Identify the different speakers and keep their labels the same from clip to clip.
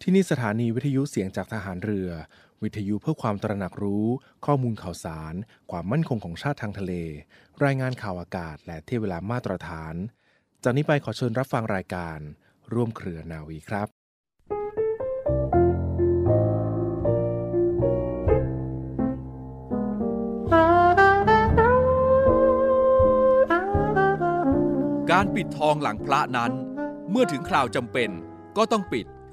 Speaker 1: ที่นี่สถานีวิทยุเสียงจากทหารเรือ วิทยุเพื่อความตระหนักรู้ ข้อมูลข่าวสาร ความมั่นคงของชาติทางทะเล รายงานข่าวอากาศ และเที่ยวเวลามาตรฐาน จากนี้ไปขอเชิญรับฟังรายการ ร่วมเครือนาวีครับ
Speaker 2: การปิดทองหลังพระนั้น เมื่อถึงคราวจำเป็นก็ต้องปิด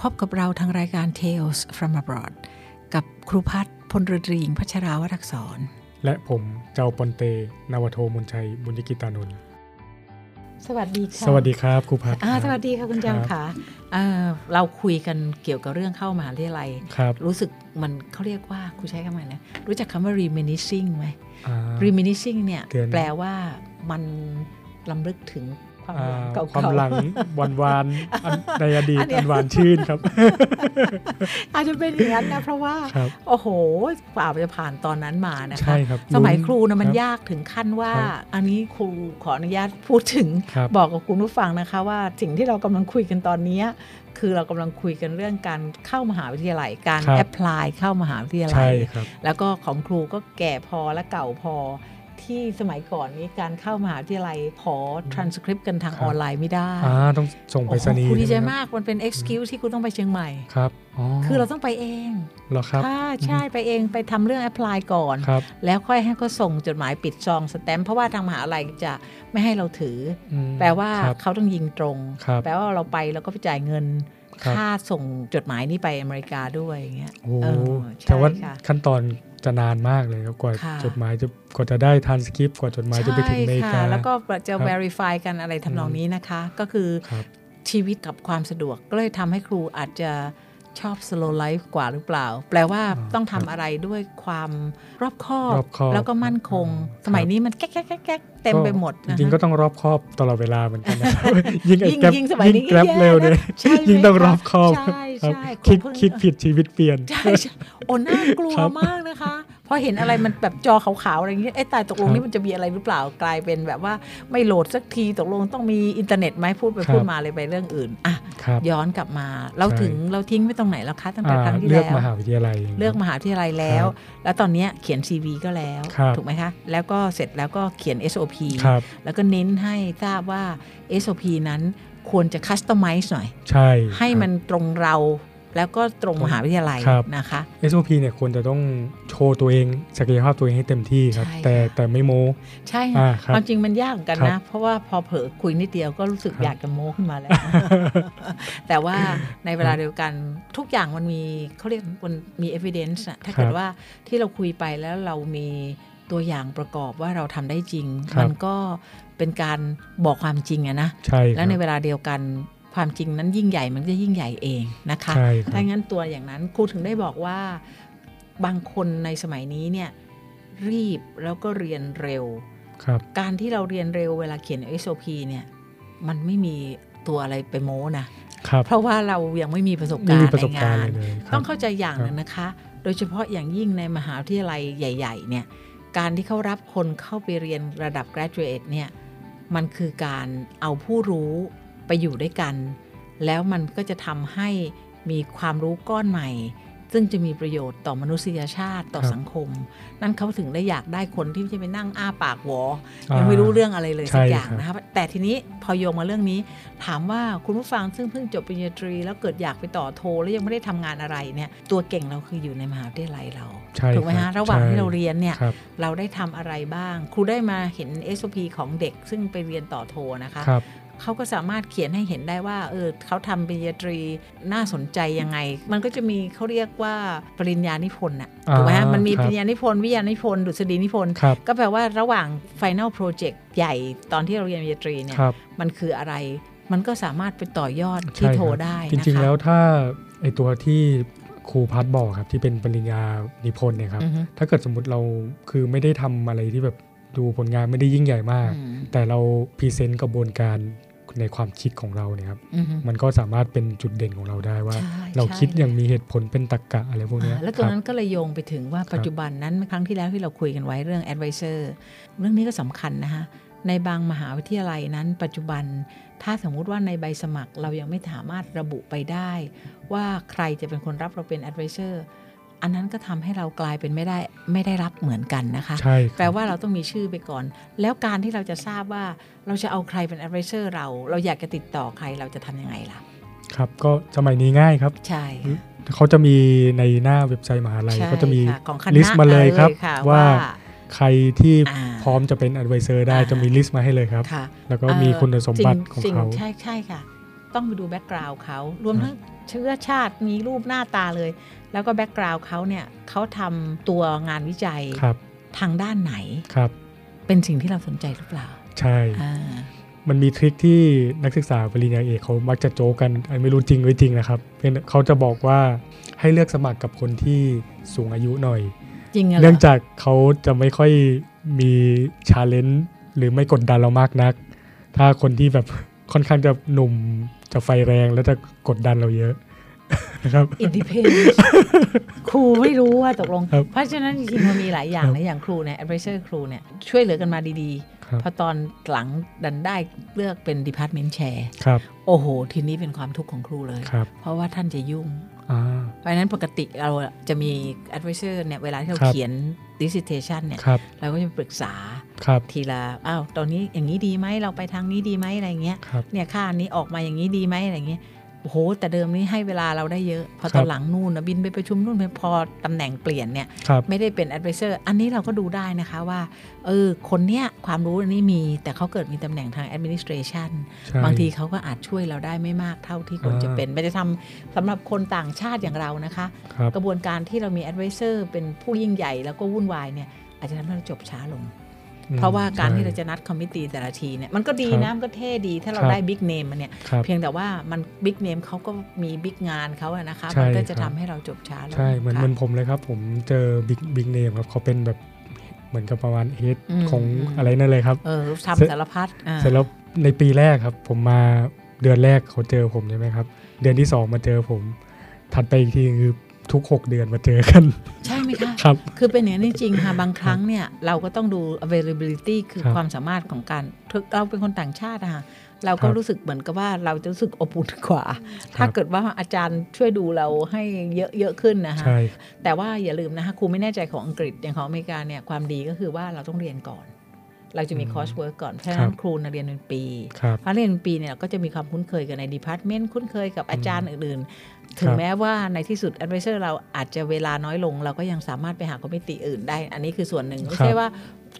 Speaker 3: พบกับเราทางรายการ Tales from abroad กับครูพัฒน์พลฤดรีหญิงพัชราวรักษร
Speaker 4: และผมเจ้าปอนเต นาวโทมนชัย บุญยกิตานนท์
Speaker 3: สวัสดีค่ะ
Speaker 4: สวัสดีครับครูพัฒน์
Speaker 3: อ่า
Speaker 4: ครับ
Speaker 3: สวัสดีค่ะคุณจำ
Speaker 4: ครับ
Speaker 3: ค่ะอ่าเราคุยกันเกี่ยวกับเรื่องเข้ามหาวิทยาลัย
Speaker 4: ครับ
Speaker 3: รู้สึกมันเขาเรียกว่าครูใช้คำไหนนะรู้จักคำว่า reminiscing ไหม
Speaker 4: อ่า
Speaker 3: reminiscing เนี่ย
Speaker 4: เตือน
Speaker 3: แปลว่ามันลำลึกถึงความ
Speaker 4: อ่า
Speaker 3: หลังเก่าๆ
Speaker 4: ความห ลังวันวานๆอันในอดี
Speaker 3: อั
Speaker 4: ต
Speaker 3: นเนี้ย
Speaker 4: อันหวานชื่น ครับ
Speaker 3: อาจจะเป็นอย่างนั้นนะเพราะว่า
Speaker 4: ครับ
Speaker 3: โอ้โหกว่าจะผ่านตอนนั้นมานะคะ
Speaker 4: ใช่ครับ
Speaker 3: สมัยครูนะมัน
Speaker 4: คบ
Speaker 3: ยากถึงขั้นว่า
Speaker 4: ครับ
Speaker 3: อันนี้ครูขออนุญาตพูดถึง
Speaker 4: ครับ
Speaker 3: บอกกับคุณผู้ฟังนะคะ ว่าสิ่งที่เรากำลังคุยกันตอนเนี้ยคือเรากำลังคุยกันเรื่องการเข้ามหาวิทยาลัยการ
Speaker 4: ครับ
Speaker 3: แอพพลายเข้ามหาวิทยาลั
Speaker 4: ใช่
Speaker 3: ย
Speaker 4: ครับ
Speaker 3: แล้วก็ของครูก็แก่พอและเก่าพอที่สมัยก่อนนี้การเข้ามหาวิทยาลัยขอ transcript กันทาง
Speaker 4: ครั
Speaker 3: อบ อนไลน์ไม่ได้
Speaker 4: อ่าต้องส่งไป
Speaker 3: โอ้โห
Speaker 4: สนีย์
Speaker 3: ครูดีใจ
Speaker 4: ใช่ไหม
Speaker 3: มากมันเป็น excuse ที่คุณต้องไปเชียงใหม่
Speaker 4: ครับอ๋อ
Speaker 3: คือเราต้องไปเอง
Speaker 4: เหรอครับ
Speaker 3: ถ้าใช่ไปเองไปทำเรื่องแอพพลายก่อน
Speaker 4: ครับ
Speaker 3: แล้วค่อยให้เขาส่งจดหมายปิดซองสแตมป์เพราะว่าทางมหาลัยจะไม่ให้เราถือ
Speaker 4: อืม
Speaker 3: แปลว่า
Speaker 4: ครับ
Speaker 3: เขาต้องยิงตรง
Speaker 4: ครับ
Speaker 3: แปลว่าเราไปแล้วก็ไปจ่ายเงิน
Speaker 4: ครับ
Speaker 3: ค่าส่งจดหมายนี้ไปอเมริกาด้วยอย่างเงี้ย
Speaker 4: โอ้โห
Speaker 3: เออ
Speaker 4: แต่
Speaker 3: ใช่
Speaker 4: ว่า
Speaker 3: ค่ะ
Speaker 4: ขั้นตอนจะนานมากเลยครับกว่า
Speaker 3: ค่ะ
Speaker 4: จดหมายจะกว่าจะได้ทันสคริปต์กว่าจดหมายจะไปถึงอเมริกา
Speaker 3: ใช่ค่ะแล้วก็จะ
Speaker 4: ครับ
Speaker 3: verify กันอะไรทำนองนี้นะคะ ก็คือ
Speaker 4: ครับ
Speaker 3: ชีวิตกับความสะดวกก็เลยทำให้ครูอาจจะชอบ slow life กว่าหรือเปล่า แปลว่า
Speaker 4: อ๋อ
Speaker 3: ต้อง
Speaker 4: ครับ
Speaker 3: ทำอะไรด้วยความรอบคอ
Speaker 4: รอบคอบ
Speaker 3: แล้วก็มั่นคง
Speaker 4: ครับ
Speaker 3: สมัยนี้มันแก๊กแก๊กแก๊กแก๊กเต็มไปหมด
Speaker 4: จ
Speaker 3: นะคะ
Speaker 4: ริงๆก็ต้องรอบคอบตลอดเวลาเหมือน กันนะครับ ยิ่งไอ้
Speaker 3: ยิ่ง
Speaker 4: แกร็บ
Speaker 3: ยิ่งสมัยนี้
Speaker 4: แกร็บ
Speaker 3: ยิ่งแย่
Speaker 4: เร็วเนี่ย
Speaker 3: ใช่ไหม
Speaker 4: ยิ่งต้องรอบคอบ
Speaker 3: ใช่ใช่
Speaker 4: ครับ
Speaker 3: ครู
Speaker 4: คิด
Speaker 3: เพิ่ง
Speaker 4: คิดผิดชีวิตเปลี่ยน
Speaker 3: ใช่ใช่โอ้น่ากลัว
Speaker 4: ครับ
Speaker 3: มากนะคะพอเห็นอะไรมันแบบจอขาวๆอะไรอย่างเงี้ยเอ๊ะตายตกลง
Speaker 4: ครับ
Speaker 3: นี่มันจะมีอะไรหรือเปล่ากลายเป็นแบบว่าไม่โหลดสักทีตกลงต้องมีอินเทอร์เน็ตไหมพูดไป
Speaker 4: ครับ
Speaker 3: พูดมาเลยไปเรื่องอื่นอ่ะ
Speaker 4: ครับ
Speaker 3: ย้อนกลับมา เรา
Speaker 4: ใช่
Speaker 3: ถึงเราทิ้งไว้ตรงไหนแล้วคะตั้งแต่
Speaker 4: อ่า
Speaker 3: ครั้งที่
Speaker 4: เลือก
Speaker 3: แล้ว
Speaker 4: มหาวิทยาลัยย่างงี้ย
Speaker 3: เลือกมหาวิทยาลัยแล้ว แล้วตอนเนี้ยเขียน CV ก็แล้ว
Speaker 4: ครับ
Speaker 3: ถูกไหมคะแล้วก็เสร็จแล้วก็เขียน SOP
Speaker 4: ครับ
Speaker 3: แล้วก็เน้นให้ทราบว่า SOP นั้นควรจะคัสตอมไมซ์หน่อย
Speaker 4: ใช่
Speaker 3: ให้
Speaker 4: ครับ
Speaker 3: มันตรงเราแล้วก็ตรงมหาวิทยาลัย
Speaker 4: ครับ
Speaker 3: นะคะ
Speaker 4: SOP เนี่ยควรจะต้องโชว์ตัวเองศักยภาพตัวเองให้เต็มที่ครับ
Speaker 3: ใช่
Speaker 4: แต่
Speaker 3: ค่ะ
Speaker 4: แต่ไม่โม้
Speaker 3: ใช่
Speaker 4: อ่า
Speaker 3: ค่ะ
Speaker 4: ครับ
Speaker 3: ความจริงมันยากเหมือนกัน
Speaker 4: ครับ
Speaker 3: นะ เพราะว่าพอเผลอคุยนิดเดียวก็รู้สึก
Speaker 4: ครับ
Speaker 3: อยากจะโม้ขึ้น มาแล้ว แต่ว่าในเวลาเดียวกันทุกอย่างมันมีเขาเรียกมันมี evidence อะถ้าเกิด
Speaker 4: ครับ
Speaker 3: ว่าที่เราคุยไปแล้วเรามีตัวอย่างประกอบว่าเราทำได้จริง
Speaker 4: ครับ
Speaker 3: มันก็เป็นการบอกความจริงอะนะ
Speaker 4: ใช่ค
Speaker 3: แล้
Speaker 4: รั
Speaker 3: ว
Speaker 4: บ
Speaker 3: ในเวลาเดียวกันความจริงนั้นยิ่งใหญ่มันก็ยิ่งใหญ่เองนะคะ
Speaker 4: ใช่ครับ
Speaker 3: ถ้างั้นตัวอย่างนั้นครูถึงได้บอกว่าบางคนในสมัยนี้เนี่ยรีบแล้วก็เรียนเร็ว
Speaker 4: ครับ
Speaker 3: การที่เราเรียนเร็วเวลาเขียน SOP เนี่ยมันไม่มีตัวอะไรไปโม้นะ
Speaker 4: ครับ
Speaker 3: เพราะว่าเรายังไม่มีประสบ
Speaker 4: ไม่
Speaker 3: การ
Speaker 4: มี
Speaker 3: ณ์
Speaker 4: ประส
Speaker 3: ใน
Speaker 4: บกา
Speaker 3: งา
Speaker 4: รณ์
Speaker 3: น
Speaker 4: เลยๆครับ
Speaker 3: ต้องเข้าใจอย่างหนึ่งนะคะ โดยเฉพาะอย่างยิ่งในมหาวิทยาลัยใหญ่ ๆ เนี่ย การที่เขารับคนเข้าไปเรียนระดับ graduate เนี่ย มันคือการเอาผู้รู้ไปอยู่ด้วยกัน แล้วมันก็จะทำให้มีความรู้ก้อนใหม่ ซึ่งจะมีประโยชน์ต่อมนุษยชาติต่อ
Speaker 4: ครับ
Speaker 3: สังคม นั่นเขาถึงได้อยากได้คนที่จะไปนั่งอ้าปากหวอ
Speaker 4: อ่า
Speaker 3: ยังไม่รู้เรื่องอะไรเลย
Speaker 4: ใช่
Speaker 3: สักอย่าง
Speaker 4: ครับ
Speaker 3: นะครับ แต่ทีนี้พอโยงมาเรื่องนี้ ถามว่าคุณผู้ฟังซึ่งเพิ่งจบปริญญาตรี แล้วเกิดอยากไปต่อโท แล้วยังไม่ได้ทำงานอะไรเนี่ย ตัวเก่งเราคืออยู่ในมหาวิทยาลัยเรา
Speaker 4: ใช่
Speaker 3: ถูกไหม
Speaker 4: ค
Speaker 3: ฮะ
Speaker 4: บ
Speaker 3: ระหว่าง
Speaker 4: ใช่
Speaker 3: ที่เราเรียนเนี่ย
Speaker 4: ครับ
Speaker 3: เราได้ทำอะไรบ้าง ครูได้มาเห็น SOP ของเด็กซึ่งไปเรียนต่อโทนะคะ
Speaker 4: ครับ
Speaker 3: เขาก็สามารถเขียนให้เห็นได้ว่าเออเขาทำปริญญาตรีน่าสนใจยังไง มันก็จะมีเขาเรียกว่าปริญญานิพนธ์อะถูกไหมฮะ
Speaker 4: อ่ามั
Speaker 3: มันมี
Speaker 4: ครับ
Speaker 3: ปริญญานิพนธ์วิทยานิพนธ์ดุษฎีนิพนธ์
Speaker 4: ครับ
Speaker 3: ก็แปลว่าระหว่าง Final Project ใหญ่ตอนที่เราเรียนปริญญาตรีเนี่ย
Speaker 4: ครับ
Speaker 3: มันคืออะไร มันก็สามารถไปต่อยอด
Speaker 4: ใช่
Speaker 3: ที่
Speaker 4: ครับ
Speaker 3: โทได้
Speaker 4: จ
Speaker 3: นะคะ
Speaker 4: ริง ๆ แล้วถ้าไอตัวที่ครูพัดบอกครับที่เป็นปริญญานิพนธ์เนี่ยครับ
Speaker 3: อือฮึ
Speaker 4: ถ้าเกิดสมมติเราคือไม่ได้ทำอะไรที่แบบดูผลงานไม่ได้ยิ่งใหญ่มาก
Speaker 3: อืม
Speaker 4: แต่เราพรีเซนต์กระบวนการในความคิดของเราเนี่ยครับ
Speaker 3: อือฮึ
Speaker 4: มันก็สามารถเป็นจุดเด่นของเราได้ว่า
Speaker 3: ใช่
Speaker 4: เราคิด
Speaker 3: ใช่
Speaker 4: อย่างมีเหตุผลเป็นตรรกะอะไรพวกเนี้ย
Speaker 3: อ่าแล้ว
Speaker 4: ค
Speaker 3: ตรง
Speaker 4: รับ
Speaker 3: นั้นก็เลยโยงไปถึงว่าปัจจุบันนั้นครั้งที่แล้วที่เราคุยกันไว้เรื่อง advisor เรื่องนี้ก็สำคัญนะคะในบางมหาวิทยาลัยนั้น ปัจจุบันถ้าสมมุติว่าในใบสมัครเรายังไม่สามารถระบุไปได้ ว่าใครจะเป็นคนรับเราเป็น advisor อันนั้นก็ทำให้เรากลายเป็นไม่ได้ไม่ได้รับเหมือนกันนะคะ
Speaker 4: ใช่ครับ
Speaker 3: แปลว่าเราต้องมีชื่อไปก่อน แล้วการที่เราจะทราบว่าเราจะเอาใครเป็น advisor เรา เราอยากจะติดต่อใครเราจะทำยังไงล่ะ
Speaker 4: ครับก็สมัยนี้ง่ายครับ
Speaker 3: ใช่
Speaker 4: อืม
Speaker 3: ค่ะ
Speaker 4: เขาจะมีในหน้าเว็บไซต์มหาลัย
Speaker 3: ใช่
Speaker 4: ก็จะมี
Speaker 3: ค่ของคณะ
Speaker 4: list มาเลยครับ
Speaker 3: ะ
Speaker 4: ว่า ใครที่
Speaker 3: อ่า
Speaker 4: พร้อมจะเป็น advisor ได้
Speaker 3: อ่า
Speaker 4: จะมีลิสต์มาให้เลยครับ
Speaker 3: ค่ะ
Speaker 4: แล้วก็มี
Speaker 3: เอ่อ
Speaker 4: คุณสมบัติ
Speaker 3: สิ่
Speaker 4: ของ
Speaker 3: สิ่
Speaker 4: เขา
Speaker 3: ใช่ใช่ค่ะ ต้องไปดูแบ็กกราว n ์เขารวม
Speaker 4: ครั
Speaker 3: ทั้
Speaker 4: บ
Speaker 3: งเชื้อชาติมีรูปหน้าตาเลย แล้วก็แบ็กกราว n ์เขาเนี่ยเขาทำตัวงานวิจัย
Speaker 4: ครับ
Speaker 3: ทางด้านไหน
Speaker 4: ครับ
Speaker 3: เป็นสิ่งที่เราสนใจหรือเปล่า
Speaker 4: ใช่
Speaker 3: อ่า
Speaker 4: มันมีทริคที่นักศึกษาปริญญาเอกเขามักจะโจกกันเอ้ยไม่รู้จริงหรือจริงนะครับเพียงแต่เขาจะบอกว่าให้เลือกสมัครกับคนที่สูงอายุหน่อย
Speaker 3: จริงเหรอ
Speaker 4: เนื่องจากเขาจะไม่ค่อยมีชาเลนจ์หรือไม่กดดันเรามากนัก ถ้าคนที่แบบ ค่อนข้างจะหนุ่มจะไฟแรงแล้วจะกดดันเราเยอะ นะครับ
Speaker 3: อินดิเพน ครูไม่รู้ว่าตกลง
Speaker 4: ครับ
Speaker 3: เพราะฉะนั้นจริงๆมันมีหลายอย่าง
Speaker 4: ครับ
Speaker 3: นะอย่างครูเนี่ยแอดไวเซอร์ครูเนี่ยช่วยเหลือกันมาดี
Speaker 4: ครั
Speaker 3: ๆ
Speaker 4: บ
Speaker 3: พอตอนหลังดันได้เลือกเป็นดีพาร์ตเมนต์แชร์
Speaker 4: ครับ
Speaker 3: โอ้โห ทีนี้เป็นความทุกข์ของครูเลย
Speaker 4: ครับ
Speaker 3: เพราะว่าท่านจะยุ่ง
Speaker 4: อ่า
Speaker 3: เพราะฉะนั้นปกติเราจะมี advisor เนี่ยเวลาที่เรา
Speaker 4: ครับ
Speaker 3: เขียน dissertation เนี่ย
Speaker 4: ครับ
Speaker 3: เราก็จะปรึกษา
Speaker 4: ครับ
Speaker 3: ทีละอ้าวตอนนี้อย่างนี้ดีไหมเราไปทางนี้ดีไหมอะไรเงี้ย
Speaker 4: ครับ
Speaker 3: เนี่ยค่าอันนี้ออกมาอย่างนี้ดีไหมอะไรเงี้ยโอ้โห แต่เดิมนี่ให้เวลาเราได้เยอะ พอตอ
Speaker 4: ครั
Speaker 3: น
Speaker 4: บ
Speaker 3: หลังนู่นนะบินไปประชุมนู่นไปพอตำแหน่งเปลี่ยนเนี่ย
Speaker 4: ครับ
Speaker 3: ไม่ได้เป็น advisor อันนี้เราก็ดูได้นะคะว่าเออคนเนี้ยความรู้อันนี้มี แต่เขาเกิดมีตำแหน่งทาง administration
Speaker 4: ใช่
Speaker 3: บางทีเขาก็อาจช่วยเราได้ไม่มากเท่าที่ควรจะ
Speaker 4: อ่า
Speaker 3: เป็น ไม่ได้ทำสำหรับคนต่างชาติอย่างเรานะคะ
Speaker 4: ครับ
Speaker 3: กระบวนการที่เรามี advisor เป็นผู้ยิ่งใหญ่แล้วก็วุ่นวายเนี่ยอาจจะทำให้เราจบช้าลง เพราะว่าการที่เรา
Speaker 4: ใช่
Speaker 3: จะนัดคอมมิตี้แต่ละทีเนี่ยมันก็ดี
Speaker 4: ครับ
Speaker 3: นะมันก็เท่ดีถ้าเรา
Speaker 4: ครับ
Speaker 3: ได้บิ๊กเนมมาเนี่ย
Speaker 4: ครับ
Speaker 3: เพียงแต่ว่ามันบิ๊กเนมเขาก็มีบิ๊กงานเขาอะนะคะ
Speaker 4: ใช่
Speaker 3: มันก็จะ
Speaker 4: ครั
Speaker 3: ทำ
Speaker 4: บ
Speaker 3: ให้เราจบช้าลง
Speaker 4: ใช่เหมือน
Speaker 3: ค่ะ
Speaker 4: เหมือนผมเลยครับ ผมเจอบิ๊กบิ๊กเนมครับเขาเป็นแบบเหมือนกับประมาณเฮด
Speaker 3: อืม
Speaker 4: ของ
Speaker 3: อืม
Speaker 4: อะไรนั่นเลยครับ
Speaker 3: เออ
Speaker 4: เสร็จ
Speaker 3: ทำสารพัดอ่า
Speaker 4: เสร็จแล้วในปีแรกครับ ผมมาเดือนแรกเขาเจอผมใช่ไหมครับ เดือนที่สองมาเจอผม ถัดไปอีกทีคือทุก 6 เดือนมาเจอกัน
Speaker 3: ใช่ไหมคะ
Speaker 4: ครับ
Speaker 3: คือเป็นอย่างนี้นจริงๆค่ะบางครั้งเนี่ยเราก็ต้องดู availability คือ
Speaker 4: ครับ
Speaker 3: ความสามารถของการเราเป็นคนต่างชาตินะคะเราก็
Speaker 4: ครับ
Speaker 3: รู้สึกเหมือนกับว่าเราจะรู้สึกอบอุ่นกว่า ถ้า
Speaker 4: ครับ
Speaker 3: เกิดว่าอาจารย์ช่วยดูเราให้เยอะๆขึ้นนะคะ
Speaker 4: ใช่
Speaker 3: แต่ว่าอย่าลืมนะคะครูไม่แน่ใจของอังกฤษอย่างของอเมริกาเนี่ยความดีก็คือว่าเราต้องเรียนก่อน เราจะมีคอร์สเวิร์กก่อนเพราะฉะนั้นครูน่ะเรียนเป็นปี
Speaker 4: ครับ
Speaker 3: พอเรียนเป็นปีเนี่ยเราก็จะมีความคุ้นเคยกันในดีพาร์ตเมนต์คุ้นเคยกับอาจารย์อื่นๆ ถึง
Speaker 4: ครับ
Speaker 3: แม้ว่าในที่สุด advisor เราอาจจะเวลาน้อยลง เราก็ยังสามารถไปหาคอมมิตี้อื่นได้ อันนี้คือส่วนหนึ่ง ไม่ใช่ว่า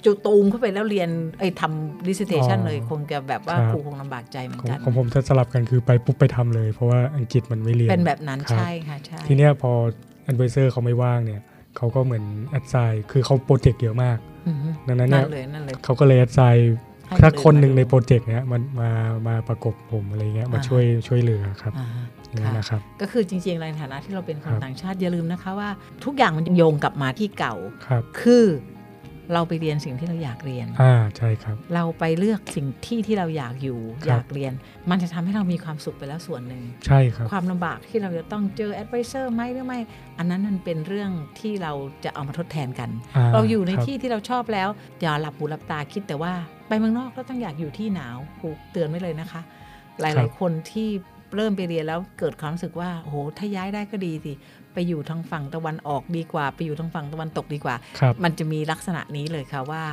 Speaker 3: จุตูมเข้าไปแล้วเรียนไอ้ยทำ dissertation เลยคงจะแบบว่าครูคงลำบากใจเหมือน
Speaker 4: ของ
Speaker 3: กัน
Speaker 4: ของผมจะสลับกันคือไปปุ๊บไปทำเลย เพราะว่าอังกฤษมันไม่เรียน
Speaker 3: เป็นแบบนั้น
Speaker 4: ครับ
Speaker 3: ใช่ค่ะใช่
Speaker 4: ทีเนี้ยพอ advisor เขาไม่ว่างเนี่ยเขาก็เหมือน assign คือเขาโปรเจกต์เยอะมาก
Speaker 3: อือฮึ
Speaker 4: ดังนั้น
Speaker 3: นั่
Speaker 4: เนี่ย
Speaker 3: นเลยนั่นเลย
Speaker 4: เขาก็เลย assign
Speaker 3: ให้
Speaker 4: ถ้าคน
Speaker 3: อื่
Speaker 4: หนึ่งใน
Speaker 3: มาดู
Speaker 4: โปรเจกต์เนี้ยมันมามาประกบผมอะไรเงี้ยมา
Speaker 3: อ่า
Speaker 4: ช่วยช่วยเหลือครับ
Speaker 3: อ่า
Speaker 4: อย่าง
Speaker 3: ค่ะ
Speaker 4: นั้นนะครับ
Speaker 3: ก็คือจริงๆในฐานะที่เราเป็นค
Speaker 4: คน รับ
Speaker 3: ต่างชาติอย่าลืมนะคะว่าทุกอย่างมันโยงกลับมาที่เก่า
Speaker 4: ครับ
Speaker 3: คือเราไปเรียนสิ่งที่เราอยากเรียน
Speaker 4: อ่าใช่ครับ
Speaker 3: เราไปเลือกสิ่งที่ที่เราอยากอยู่
Speaker 4: ครับ
Speaker 3: อยากเรียน มันจะทำให้เรามีความสุขไปแล้วส่วนหนึ่ง
Speaker 4: ใช่ครับ
Speaker 3: ความลำบากที่เราจะต้องเจอแอดไวเซอร์ไหมหรือไม่ อันนั้นมันเป็นเรื่องที่เราจะเอามาทดแทนกัน เราอยู่ในที่ที่เราชอบแล้ว อย่าหลับหูหลับตาคิดแต่ว่าไปเมืองนอกก็ต้องอยากอยู่ที่หนาวครูเตือนไว้เลยนะคะ ห
Speaker 4: ครั
Speaker 3: ลาย
Speaker 4: บ
Speaker 3: ๆ คนที่เริ่มไปเรียนแล้วเกิดความรู้สึกว่าโอ้โหถ้าย้ายได้ก็ดีสิ ไปอยู่ทางฝั่งตะวันออกดีกว่า ไปอยู่ทางฝั่งตะวันตกดีกว่า
Speaker 4: ครับ
Speaker 3: มันจะมีลักษณะนี้เลยค่ะว่า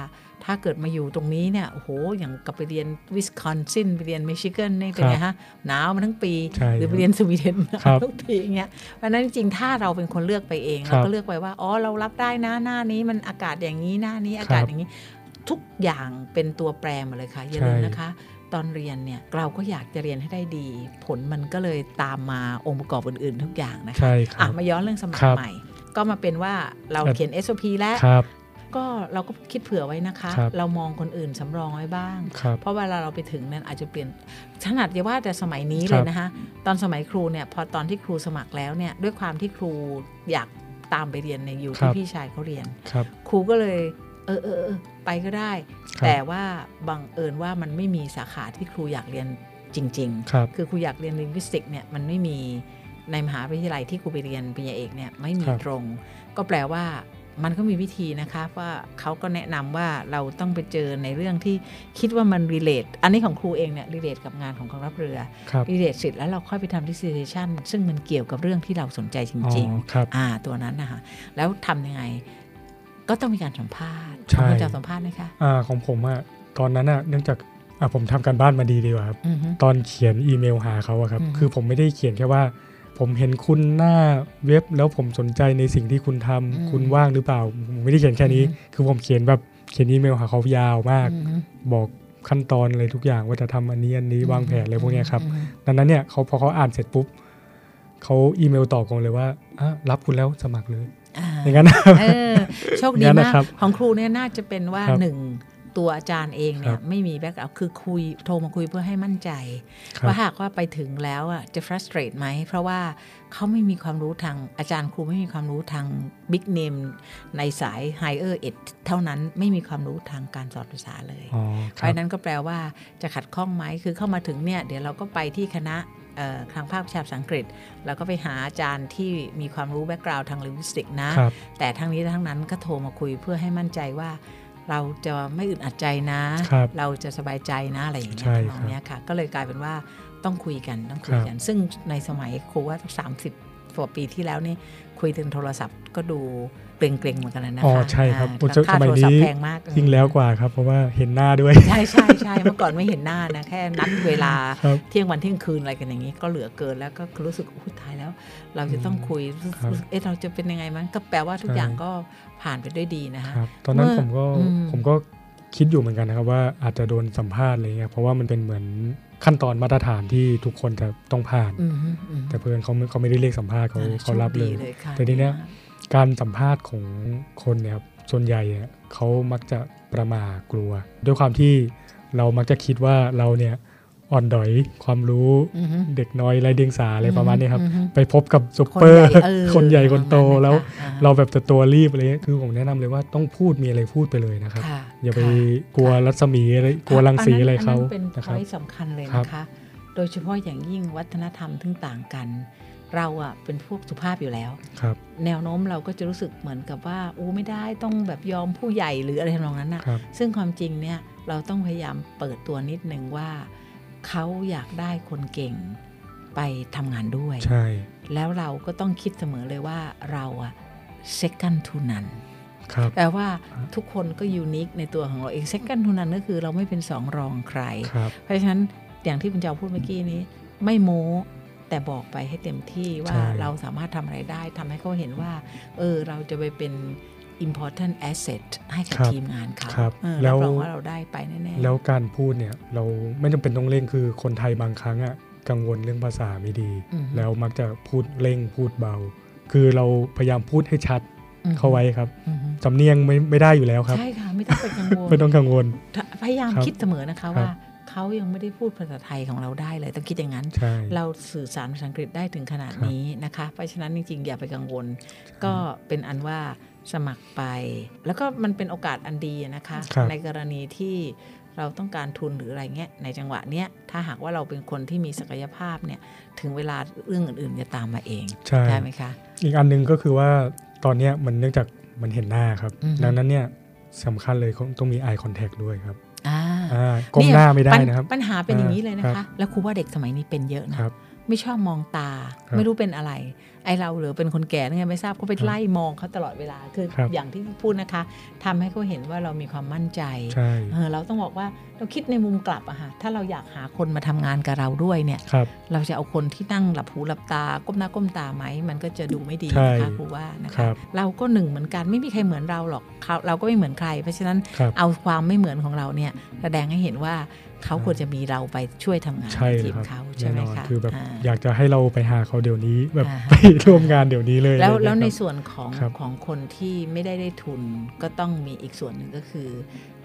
Speaker 3: ถ้าเกิดมาอยู่ตรงนี้เนี่ยโอ้โหอย่างกับไปเรียนวิสคอนซินไปเรียนมิชิแกนนี่เป็นไงฮะหนาวมาทั้งปี
Speaker 4: ใช่
Speaker 3: หรือไปเรียนสวีเดน หนาว
Speaker 4: ครับ
Speaker 3: ทั้งปีอย่างเงี้ยเพราะฉะนั้นจริงๆถ้าเราเป็นคนเลือกไปเอง
Speaker 4: ครั
Speaker 3: เรา
Speaker 4: บ
Speaker 3: ก็เลือกไปว่าอ๋อเรารับได้นะหน้านี้มันอากาศอย่างนี้หน้านี้อา
Speaker 4: ครั
Speaker 3: กาศ
Speaker 4: บ
Speaker 3: อย่างนี้ ทุกอย่างเป็นตัวแปรหมาเลยค่ะอย่าลืม
Speaker 4: ใช่
Speaker 3: นะคะ ตอนเรียนเนี่ยเราก็อยากจะเรียนให้ได้ดี ผลมันก็เลยตามมาองค์ประกอบอื่นๆ ทุกอย่างนะคะ
Speaker 4: ใช่ครั
Speaker 3: อ่ะ
Speaker 4: บ
Speaker 3: มาย้อนเรื่องสมัค
Speaker 4: ครั
Speaker 3: ร
Speaker 4: บ
Speaker 3: ใหม่ ก็มาเป็นว่าเรา
Speaker 4: ครับ
Speaker 3: เขียน SOP แล้ว
Speaker 4: ครับ
Speaker 3: ก็เราก็คิดเผื่อไว้นะคะ
Speaker 4: ครับ
Speaker 3: เรามองคนอื่นสำรองไว้บ้าง
Speaker 4: ครับ
Speaker 3: เพราะเวลาเราไปถึงนั้นอาจจะเปลี่ยนขนาดอย่าว่าแต่สมัยนี้
Speaker 4: ครับ
Speaker 3: เลยนะคะ ตอนสมัยครูเนี่ยพอตอนที่ครูสมัครแล้วเนี่ยด้วยความที่ครูอยากตามไปเรียนในอยู่
Speaker 4: ครั
Speaker 3: ที่
Speaker 4: บ
Speaker 3: พี่ชายเขาเรียน
Speaker 4: ครับ
Speaker 3: ครูก็เลย เออเออเออไปก็ได้
Speaker 4: ครับ
Speaker 3: แต่ว่าบังเอิญว่ามันไม่มีสาขาที่ครูอยากเรียนจริง ๆ
Speaker 4: ครับ
Speaker 3: คือครูอยากเรียนลิงวิสติกเนี่ยมันไม่มีในมหาวิทยาลัยที่ครูไปเรียนปริญญาเอกเนี่ยไม่มี
Speaker 4: ครับ
Speaker 3: ตรง ก็แปลว่ามันก็มีวิธีนะคะว่าเขาก็แนะนำว่าเราต้องไปเจอในเรื่องที่คิดว่ามันรีเลทอันนี้ของครูเองเนี่ยรีเลทกับงานของกองทัพเรือ
Speaker 4: ครับ
Speaker 3: รีเลทเสร็จแล้วเราค่อยไปทำ dissertation ซึ่งมันเกี่ยวกับเรื่องที่เราสนใจจ
Speaker 4: อ๋อ
Speaker 3: ริง
Speaker 4: ครับ
Speaker 3: ๆ อ่าตัวนั้นนะคะแล้วทำยังไง ก็ต้องมีการสัมภาษณ์
Speaker 4: ใช่
Speaker 3: คุณจะสัมภาษณ์ไหมคะ
Speaker 4: อ่าของผมอะตอนนั้นอะเนื่องจากอ่าผมทำการบ้านมาดีดีกว่าครับ
Speaker 3: อือฮึ
Speaker 4: ตอนเขียนอีเมลหาเขาอะครับ
Speaker 3: อืม
Speaker 4: คือผมไม่ได้เขียนแค่ว่า ผมเห็นคุณหน้าเว็บแล้วผมสนใจในสิ่งที่คุณทำคุณว่างหรือเปล่า ผมไม่ได้เขียนแค่นี้ คือผมเขียนแบบเขียนอีเมลหาเขายาวมาก
Speaker 3: อือฮึ
Speaker 4: บอกขั้นตอนอะไรทุกอย่างว่าจะทำอันนี้อันนี้วางแผนอะไรพวกเนี้ยครับ
Speaker 3: อือฮึ
Speaker 4: ดังนั้นเนี่ยเขาพอเขาอ่านเสร็จปุ๊บเขาอีเมลตอบกลันเลยว่าอ่ะรับคุณแล้วสมัครเลย อย่างนั้น
Speaker 3: เออโชคดี
Speaker 4: งั้น
Speaker 3: มา
Speaker 4: นะ
Speaker 3: ก
Speaker 4: ครับ
Speaker 3: ของครูเนี่ยน่าจะเป็นว่า
Speaker 4: ครับ
Speaker 3: หนึ่งตัวอาจารย์เองเนี่
Speaker 4: ครั
Speaker 3: ย
Speaker 4: บ
Speaker 3: ไม่มีแบ็กเอาคือคุยโทรมาคุยเพื่อให้มั่นใจ
Speaker 4: ครั
Speaker 3: ว่า
Speaker 4: บ
Speaker 3: หากว่าไปถึงแล้วอ่ะจะ frustrate ไหม เพราะว่าเขาไม่มีความรู้ทางอาจารย์ครูไม่มีความรู้ทาง big name ในสาย higher ed เท่านั้นไม่มีความรู้ทางการสอนภาษาเลย
Speaker 4: อ๋อ
Speaker 3: เพ
Speaker 4: ครั
Speaker 3: ราะ
Speaker 4: บ
Speaker 3: ฉะนั้นก็แปลว่าจะขัดข้องไหม คือเข้ามาถึงเนี่ย เดี๋ยวเราก็ไปที่คณะเอ่อทางภาควิชาภาษาอังกฤษ แล้วก็ไปหาอาจารย์ที่มีความรู้แบ็กกราวด์ทางลิงวิสติกนะ
Speaker 4: ครับ
Speaker 3: แต่ทั้งนี้และทั้งนั้นก็โทรมาคุยเพื่อให้มั่นใจว่า เราจะไม่อึดอัดใจนะ
Speaker 4: ครับ
Speaker 3: เราจะสบายใจนะอะไรอย่างเงี้
Speaker 4: ใช่
Speaker 3: ย
Speaker 4: ค
Speaker 3: ทำน
Speaker 4: รับ
Speaker 3: องเนี้ยค่ะ ก็เลยกลายเป็นว่าต้องคุยกันต้องคุยกัน ซึ่งในสมัยครูว่าสามสิบกว่าปีที่แล้วนี่คุยถึงโทรศัพท์ก็ดูเกรงๆเหมือนกันนะคะ
Speaker 4: อ๋อใช่ครับ
Speaker 3: อ่า
Speaker 4: โอ้เจ้า
Speaker 3: ค่า
Speaker 4: สมัย
Speaker 3: โทร
Speaker 4: นี้
Speaker 3: ศัพท์แพงมาก
Speaker 4: ยิ่งแล้วกว่าครับ เพราะว่าเห็นหน้าด้วย
Speaker 3: ใช่ใช่ใช่เมื่อก่อนไม่เห็นหน้านะ แค่นัดเวลา
Speaker 4: ครับ
Speaker 3: เที่ยงวันเที่ยงคืนอะไรกันอย่างนี้ ก็เหลือเกินแล้วก็รู้สึกอุ้ยตายแล้ว เราจะต้องคุยรู้สึก
Speaker 4: ครับ
Speaker 3: เอ๊ะเราจะเป็นยังไงมั้งก็แปลว่าทุก
Speaker 4: ใช่
Speaker 3: อย่างก็ผ่านไปด้วยดีนะคะ
Speaker 4: ครับ ตอนนั้น
Speaker 3: เมื่อ
Speaker 4: ผมก็
Speaker 3: อืม
Speaker 4: ผมก็คิดอยู่เหมือนกันนะครับว่าอาจจะโดนสัมภาษณ์อะไรเงี้ยเพราะว่ามันเป็นเหมือนขั้นตอนมาตรฐานที่ทุกคนจะต้องผ่าน
Speaker 3: อืมฮึอืม
Speaker 4: แต่เพื่อนเขาไม่เขาไม่ได้เรียกสัมภาษณ์เขา
Speaker 3: อ่
Speaker 4: เขารับ
Speaker 3: โชค
Speaker 4: เล
Speaker 3: ดี
Speaker 4: ย
Speaker 3: ค่ะ
Speaker 4: แต่ทีเนี้ย
Speaker 3: ดีมาก
Speaker 4: การสัมภาษณ์ของคนเนี่ยครับส่วนใหญ่เนี่ยเขามักจะประมาทกลัว ด้วยความที่เรามักจะคิดว่าเราเนี่ยอ่อนดอยความรู้
Speaker 3: อือฮึ
Speaker 4: เด็กน้อยไรเดียงสาอะไรประมาณเนี้ยครับ
Speaker 3: อือฮึ
Speaker 4: ไปพบกับซุปเปอร์
Speaker 3: เออ
Speaker 4: คนใหญ่คนโต
Speaker 3: ประมาณนั้น
Speaker 4: แล้ว
Speaker 3: ค่ะ
Speaker 4: เราแบบจะตัวรีบอะไรเงี้ยคือผมแนะนำเลยว่าต้องพูดมีอะไรพูดไปเลยนะครับ
Speaker 3: ค่ะ
Speaker 4: อย่าไป
Speaker 3: ค่ะ
Speaker 4: กลัวรัศมีอะไรกลัวรังสีอะไรเขา
Speaker 3: อันนั้นเป็น
Speaker 4: นะค
Speaker 3: พ
Speaker 4: รั
Speaker 3: อบ ยสำคัญเลย
Speaker 4: ครับ
Speaker 3: นะคะ โดยเฉพาะอย่างยิ่งวัฒนธรรมทึ่งต่างกัน เราอะเป็นพวกสุภาพอยู่แล้ว
Speaker 4: ครับ
Speaker 3: แนวโน้มเราก็จะรู้สึกเหมือนกับว่าอู้ไม่ได้ต้องแบบยอมผู้ใหญ่หรืออะไรทำนองนั้นนะครับ ซึ่งความจริงเนี่ยเราต้องพยายามเปิดตัวนิดนึงว่า เขาอยากได้คนเก่งไปทำงานด้วย
Speaker 4: ใช่
Speaker 3: แล้วเราก็ต้องคิดเสมอเลยว่าเราอะ second to none
Speaker 4: ครับ
Speaker 3: แปลว่าทุกคนก็ยูนิคในตัวของเราเอง second to none ก็คือเราไม่เป็นสองรองใคร
Speaker 4: ครับ
Speaker 3: เพราะฉะนั้นอย่างที่คุณเจ้าพูดเมื่อกี้นี้ ไม่โม้แต่บอกไปให้เต็มที่ว่า
Speaker 4: ใช่
Speaker 3: เราสามารถทำอะไรได้ทำให้เขาเห็นว่า เออเราจะไปเป็น important asset ให้กับทีมงานเขา
Speaker 4: ครับ
Speaker 3: เออ
Speaker 4: แล้
Speaker 3: รั
Speaker 4: ว
Speaker 3: บรองว่าเราได้ไปแน่ๆ
Speaker 4: แล้วการพูดเนี่ยเราไม่จำเป็นต้องเร่งคือคนไทยบางครั้งอะ่ะกังวลเรื่องภาษาไม่ดี
Speaker 3: อืม
Speaker 4: แล้วมักจะพูดเร่งพูดเบา คือเราพยายามพูดให้ชัด
Speaker 3: อืม
Speaker 4: เข้าไว้ครับ
Speaker 3: อืม
Speaker 4: สำเนียงไม่ไม่ได้อยู่แล้วครับ
Speaker 3: ใช่ค่ะ ไม่ต้องไปกังวล
Speaker 4: ไม่ต้องกังวล
Speaker 3: พยายาม
Speaker 4: ครับ
Speaker 3: คิดเสมอนะคะ
Speaker 4: ครับ
Speaker 3: ว่าเขายังไม่ได้พูดภาษาไทยของเราได้เลย ต้องคิดอย่างนั้น
Speaker 4: ใช่
Speaker 3: เราสื่อสารภาษาอังกฤษได้ถึงขนาด
Speaker 4: ครับ
Speaker 3: นี้นะคะ เพราะฉะนั้นจริงๆ อย่าไปกังวล ก็เป็นอันว่าสมัครไป แล้วก็มันเป็นโอกาสอันดีนะคะ
Speaker 4: ครับ
Speaker 3: ในกรณีที่เราต้องการทุนหรืออะไรเงี้ยในจังหวะเนี้ยถ้าหากว่าเราเป็นคนที่มีศักยภาพเนี่ยถึงเวลาเรื่องอื่นๆจะตามมาเอง
Speaker 4: ใช่
Speaker 3: ได้ไหมคะ
Speaker 4: อีกอันหนึงก็คือว่าตอนเนี้ยมันเนื่องจากมันเห็นหน้าครับ
Speaker 3: อือฮึ
Speaker 4: ดังนั้นเนี่ยสำคัญเลยต้องมี eye contact ด้วยครับ
Speaker 3: อ่า
Speaker 4: อ่าก้มหน้าไม่ได้นะครับ
Speaker 3: ปัญปัญหาเป็นอย่างนี้เลยนะ
Speaker 4: ครั
Speaker 3: คะ
Speaker 4: บ
Speaker 3: แล้วครูว่าเด็กสมัยนี้เป็นเยอะนะครับ ไม่ชอบมองตา
Speaker 4: ครับ
Speaker 3: ไม่รู้เป็นอะไร ไอเราเหรือเป็นคนแก่ยังไงไม่ทราบก็ไป
Speaker 4: ครับ
Speaker 3: ไล่มองเขาตลอดเวลาคือ
Speaker 4: ครับ
Speaker 3: อย่างที่พูดนะคะทำให้เขาเห็นว่าเรามีความมั่นใจ
Speaker 4: ใช่
Speaker 3: เออเราต้องบอกว่าเราคิดในมุมกลับอะค่ะถ้าเราอยากหาคนมาทำงานกับเราด้วยเนี่ย
Speaker 4: ครับ
Speaker 3: เราจะเอาคนที่นั่งหลับหูหลับตา ก้มหน้าก้มตาไหม มันก็จะดูไม่ดี
Speaker 4: ใช่
Speaker 3: นะคะครูว่านะ
Speaker 4: ครั
Speaker 3: คะ
Speaker 4: บ
Speaker 3: เราก็หนึ่งเหมือนกันไม่มีใครเหมือนเราหรอกเขาเราก็ไม่เหมือนใคร เพราะฉะนั้น
Speaker 4: ครับ
Speaker 3: เอาความไม่เหมือนของเราเนี่ยแสดงให้เห็นว่าเขาควรจะมีเราไปช่วยทำงาน
Speaker 4: ใช่
Speaker 3: ใน
Speaker 4: เล
Speaker 3: ที
Speaker 4: ย
Speaker 3: ม
Speaker 4: ครับ
Speaker 3: เขาใช่
Speaker 4: แน่
Speaker 3: ไหม
Speaker 4: นอน
Speaker 3: คะ
Speaker 4: คือแบบ
Speaker 3: า
Speaker 4: อยากจะให้เราไปหาเขาเดี๋ยวนี้แบบ
Speaker 3: อ่า
Speaker 4: ไปร่วมงานเดี๋ยวนี้เลย
Speaker 3: แล้ว
Speaker 4: อะไร
Speaker 3: แล้วใน
Speaker 4: เงี้ยครับ
Speaker 3: ส่วนของ
Speaker 4: ครับ
Speaker 3: ของคนที่ไม่ได้ได้ทุนก็ต้องมีอีกส่วนหนึ่งก็คือ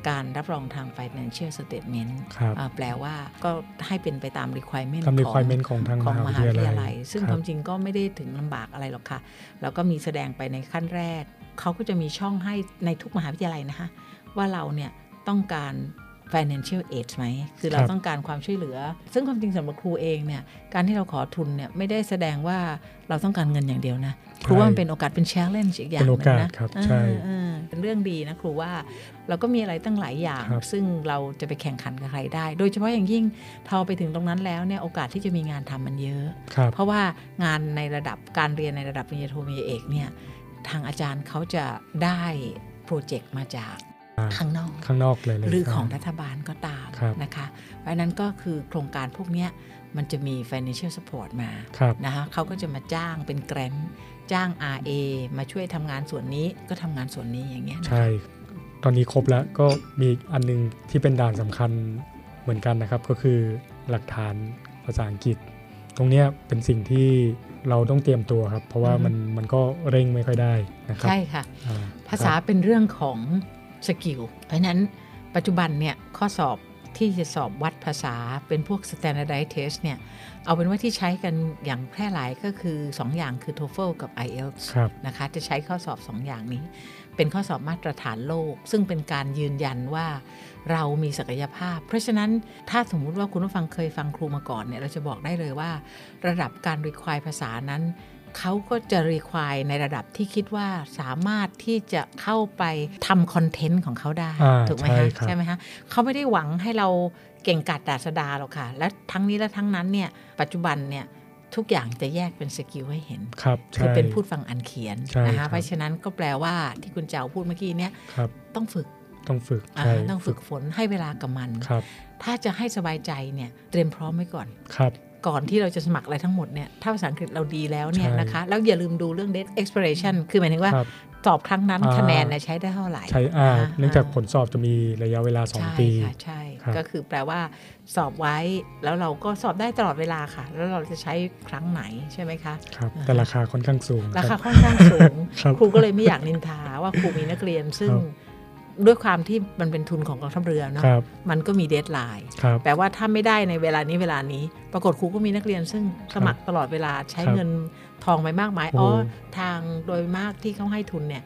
Speaker 3: การรับรองทาง financial statement
Speaker 4: ครับ
Speaker 3: อ่าแปลว่าก็ให้เป็นไปตาม requirement
Speaker 4: ตาม
Speaker 3: ของ
Speaker 4: requirement ของทาง
Speaker 3: ของม
Speaker 4: ม
Speaker 3: หา
Speaker 4: หา
Speaker 3: วิ
Speaker 4: วิ
Speaker 3: ทยาย
Speaker 4: ทา
Speaker 3: ลั
Speaker 4: ลั
Speaker 3: ย
Speaker 4: ย
Speaker 3: ซึ่ง
Speaker 4: ค
Speaker 3: ค
Speaker 4: รั
Speaker 3: วา
Speaker 4: บ
Speaker 3: มจริงก็ไม่ได้ถึงลำบากอะไรหรอกค่ะ แล้วก็มีแสดงไปในขั้นแรก เขาก็จะมีช่องให้ในทุกมหาวิทยาลัยนะคะ ว่าเราเนี่ยต้องการ financial aid ไหม คือเรา
Speaker 4: ครับ
Speaker 3: ต้องการความช่วยเหลือ ซึ่งความจริงสำหรับครูเองเนี่ย การที่เราขอทุนเนี่ยไม่ได้แสดงว่าเราต้องการเงินอย่างเดียวนะ ครูว่ามันเป็นโอกาสเป็น challenge อีกอย่างห
Speaker 4: เป็นโอ
Speaker 3: นึง
Speaker 4: กาส
Speaker 3: นะครับ เออ
Speaker 4: ใช่
Speaker 3: เออเป็นเรื่องดีนะครูว่าเราก็มีอะไรตั้งหลายอย่าง
Speaker 4: ครับ
Speaker 3: ซึ่งเราจะไปแข่งขันกับใครได้ โดยเฉพาะอย่างยิ่งพอไปถึงตรงนั้นแล้วเนี่ยโอกาสที่จะมีงานทำมันเยอะ
Speaker 4: ครับ
Speaker 3: เพราะว่างานในระดับการเรียนในระดับปริญญาโทปริญญาเอกเนี่ยทางอาจารย์เขาจะได้โปรเจกต์มาจาก
Speaker 4: อ่า
Speaker 3: ข้างนอก
Speaker 4: ข้างนอกเลยเลย
Speaker 3: หรือของรัฐบาลก็ตาม
Speaker 4: ครับ
Speaker 3: นะคะ เพราะฉะนั้นก็คือโครงการพวกเนี้ยมันจะมี financial support มา
Speaker 4: ครับ
Speaker 3: นะคะเขาก็จะมาจ้างเป็นแกรนด์จ้าง RA มาช่วยทำงานส่วนนี้ก็ทำงานส่วนนี้อย่างเงี้ยนะ
Speaker 4: ใช่ ตอนนี้ครบแล้วก็มีอีกอันหนึงที่เป็นด่านสำคัญเหมือนกันนะครับ ก็คือหลักฐานภาษาอังกฤษ ตรงเนี้ยเป็นสิ่งที่เราต้องเตรียมตัวครับ เพราะว่ามันมันก็เร่งไม่ค่อยได้นะครับ
Speaker 3: ใช่ค่ะ
Speaker 4: อ่
Speaker 3: ภาษา
Speaker 4: ครับ
Speaker 3: เป็นเรื่องของสกิล เพราะฉะนั้นปัจจุบันเนี่ยข้อสอบที่จะสอบวัดภาษาเป็นพวก standardized test เนี่ยเอาเป็นว่าที่ใช้กันอย่างแพร่หลายก็คือ 2 อย่างคือ TOEFL กับ IELTS
Speaker 4: ครับ
Speaker 3: นะคะจะใช้ข้อสอบ 2 อย่างนี้ เป็นข้อสอบมาตรฐานโลก ซึ่งเป็นการยืนยันว่าเรามีศักยภาพ เพราะฉะนั้นถ้าสมมุติว่าคุณผู้ฟังเคยฟังครูมาก่อนเนี่ยเราจะบอกได้เลยว่า ระดับการ require ภาษานั้น เขาก็จะ require ในระดับที่คิดว่าสามารถที่จะเข้าไปทำคอนเทนต์ของเขาได้
Speaker 4: อ่า
Speaker 3: ถูกไหม
Speaker 4: ใช่
Speaker 3: คะ
Speaker 4: ครับ
Speaker 3: ใช่ไหมคะเขาไม่ได้หวังให้เราเก่งกาจดาษดาหรอกค่ะ และทั้งนี้และทั้งนั้นเนี่ยปัจจุบันเนี่ยทุกอย่างจะแยกเป็นสกิลให้เห็น
Speaker 4: ครับ
Speaker 3: คื
Speaker 4: ใช่
Speaker 3: อเป็นพูดฟังอันเขียน
Speaker 4: ใช่
Speaker 3: นะ
Speaker 4: ค
Speaker 3: คะ
Speaker 4: รับ
Speaker 3: เพราะฉะนั้นก็แปลว่าที่คุณเจ้าพูดเมื่อกี้เนี่ย
Speaker 4: ครับ
Speaker 3: ต้องฝึก
Speaker 4: ต้องฝึก
Speaker 3: อ่า
Speaker 4: ใช่
Speaker 3: ต้องฝึกฝนให้เวลากับมัน
Speaker 4: ครับ
Speaker 3: ถ้าจะให้สบายใจเนี่ยเตรียมพร้อมไว้ก่อน
Speaker 4: ครับ
Speaker 3: ก่อนที่เราจะสมัครอะไรทั้งหมดเนี่ยถ้าภาษาอังกฤษเราดีแล้วเนี่ย
Speaker 4: ใช่
Speaker 3: นะคะแล้วอย่าลืมดูเรื่อง date expiration คือหมายถึงว่า
Speaker 4: ครับ
Speaker 3: สอบครั้งนั้น
Speaker 4: อ่า
Speaker 3: คะแนนเนี่ยใช้ได้เท่าไหร่
Speaker 4: ใช่อ่า
Speaker 3: ะ
Speaker 4: เนื่องจาก
Speaker 3: อ่
Speaker 4: ผลสอบจะมีระยะเวลา
Speaker 3: ใช่
Speaker 4: 2 ปี
Speaker 3: ค่ะใช่
Speaker 4: ครับ
Speaker 3: ก็คือแปลว่าสอบไว้แล้วเราก็สอบได้ตลอดเวลาค่ะ แล้วเราจะใช้ครั้งไหนใช่ไหมคะ
Speaker 4: ครับแต่ราคาค่อนข้างสูง
Speaker 3: รา
Speaker 4: ค
Speaker 3: คา
Speaker 4: รับ
Speaker 3: ค่อนข้างสูง
Speaker 4: ครับ
Speaker 3: ครูก็เลยไม่อยากนินทาว่าครูมีนักเรียนซึ่ง
Speaker 4: ครับ
Speaker 3: ด้วยความที่มันเป็นทุนของกองทัพเรือเนาะ
Speaker 4: ครับ
Speaker 3: มันก็มีเดทไลน์
Speaker 4: ครับ
Speaker 3: แปลว่าถ้าไม่ได้ในเวลานี้เวลานี้ ปรากฏครูก็มีนักเรียน ซึ่งสมัครตลอดเวลาใช้
Speaker 4: ครับ
Speaker 3: เงินทองไปมากมาย
Speaker 4: โอ้
Speaker 3: อ๋อทางโดยมากที่เขาให้ทุนเนี่ย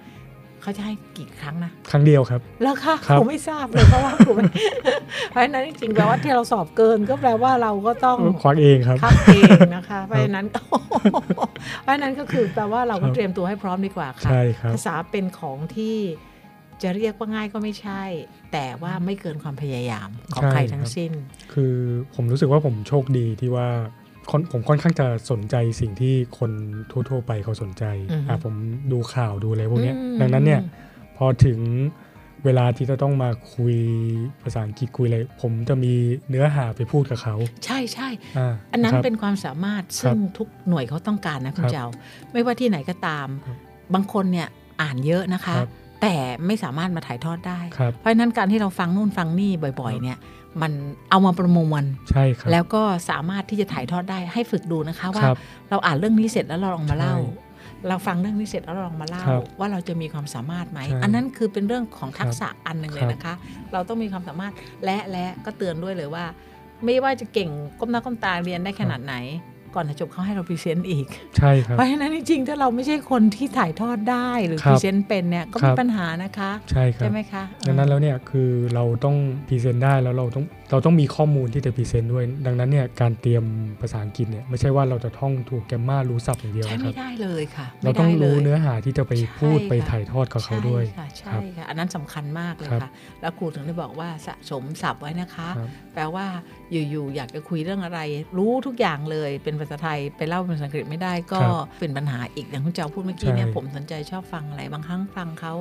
Speaker 3: เขาจะให้กี่ครั้งนะ
Speaker 4: ครั้งเดียวครับ
Speaker 3: แล้วค่ะ
Speaker 4: ครับ
Speaker 3: ผมไม่ทราบเลยเพราะว่าผมไม่ เพราะฉะนั้นจริงๆแปลว่าที่เราสอบเกินก็แปลว่าเราก็ต้อง
Speaker 4: ควักเองครับ
Speaker 3: คับเองนะคะเพราะฉะนั้น เพราะฉะนั้นก็คือแปลว่าเราก็
Speaker 4: ครับ
Speaker 3: เตรียมตัวให้พร้อมดีกว่าค่ะ
Speaker 4: ใช่ครับ
Speaker 3: ภาษาเป็นของที่จะเรียกว่าง่ายก็ไม่ใช่ แต่ว่าไม่เกินความพยายามของ
Speaker 4: ใช่
Speaker 3: ใคร
Speaker 4: ครับ
Speaker 3: ทั้งสิ้น
Speaker 4: คือผมรู้สึกว่าผมโชคดีที่ว่าค่อนผมค่อนข้างจะสนใจสิ่งที่คนทั่วๆไปเขาสนใจ
Speaker 3: อือฮึ
Speaker 4: อ่ะผมดูข่าวดูอะไรพวกเนี้ย
Speaker 3: อืม
Speaker 4: ดังนั้นเนี่ย
Speaker 3: อืม
Speaker 4: พอถึงเวลาที่จะต้องมาคุยภาษาอังกฤษคุยอะไรผมจะมีเนื้อหาไปพูดกับเขา
Speaker 3: ใช่ใช่
Speaker 4: อ่า
Speaker 3: อันนั้น
Speaker 4: ครับ
Speaker 3: เป็นความสามารถซึ่งทุกหน่วยเขาต้องการนะคุณ
Speaker 4: ครับ
Speaker 3: เจ้าไม่ว่าที่ไหนก็ตาม
Speaker 4: ครับ
Speaker 3: บางคนเนี่ยอ่านเยอะนะคะ
Speaker 4: ครับ
Speaker 3: แต่ไม่สามารถมาถ่ายทอดได้
Speaker 4: ครับ
Speaker 3: เพราะฉะนั้นการที่เราฟังนู่นฟังนี่บ่อย
Speaker 4: ครั
Speaker 3: ๆ
Speaker 4: บ
Speaker 3: เนี่ยมันเอามาประมวล
Speaker 4: ใช่ครับ
Speaker 3: แล้วก็สามารถที่จะถ่ายทอดได้ให้ฝึกดูนะคะว่า
Speaker 4: ครับ
Speaker 3: เราอ่านเรื่องนี้เสร็จแล้วเราลองมาเล่า
Speaker 4: ใช่
Speaker 3: เราฟังเรื่องนี้เสร็จแล้วเราลองมาเล่า
Speaker 4: ครับ
Speaker 3: ว่าเราจะมีความสามารถไหม
Speaker 4: ใช่
Speaker 3: อันนั้นคือเป็นเรื่องของทักษะอันหนึ่งเลย
Speaker 4: ครับ
Speaker 3: นะคะ เราต้องมีความสามารถและและก็เตือนด้วยเลยว่า ไม่ว่าจะเก่งก้มหน้าก้มตาเรียนได้ขนาดไหน ก่อนจะจบเขาให้เราพรีเซนต์อีก
Speaker 4: ใช่ครับ
Speaker 3: เพราะฉะนั้นจริงๆถ้าเราไม่ใช่คนที่ถ่ายทอดได้หรือพ
Speaker 4: ครับ
Speaker 3: รีเซนต์เป็นเนี่ยก็
Speaker 4: ครั
Speaker 3: มี
Speaker 4: บ
Speaker 3: ปัญหานะคะ
Speaker 4: ใช่ครับ
Speaker 3: ใช่ไหมคะ
Speaker 4: ดังนั้นแล้วเนี่ยคือเราต้องพรีเซนต์ได้แล้วเราต้อง เราต้องมีข้อมูลที่จะพรีเซนต์ด้วย ดังนั้นเนี่ยการเตรียมภาษาอังกฤษเนี่ยไม่ใช่ว่าเราจะท่องถูกแกมมารู้ศัพท์อย่างเดียว
Speaker 3: ใช้
Speaker 4: นะครั
Speaker 3: ไม่
Speaker 4: บ
Speaker 3: ได้เลยค่ะ
Speaker 4: เรา
Speaker 3: ไม่
Speaker 4: ต้อง
Speaker 3: ได้ล
Speaker 4: รู้
Speaker 3: ย
Speaker 4: เนื้อหาที่จะไปพูด
Speaker 3: ใช่
Speaker 4: ไป
Speaker 3: ค่ะ
Speaker 4: ถ่ายทอดกับเขาด้วย
Speaker 3: ใช่ค่ะใช่
Speaker 4: ครับ
Speaker 3: ค่ะ อันนั้นสำคัญมากเลย
Speaker 4: ครับ
Speaker 3: ค่ะ แล้วครูถึงได้บอกว่าสะสมศัพท์ไว้นะคะ
Speaker 4: ครับ
Speaker 3: แปลว่าอยู่ๆอยากจะคุยเรื่องอะไร รู้ทุกอย่างเลยเป็นภาษาไทยไปเล่าเป็นภาษาอังกฤษไม่ได้ก็
Speaker 4: ครับ
Speaker 3: เป็นปัญหาอีกอย่างคุณเจ้าพูดเมื่อกี้เนี่ย
Speaker 4: ใช่
Speaker 3: ผมสนใจชอบฟังอะไรบางครั้งฟังเขา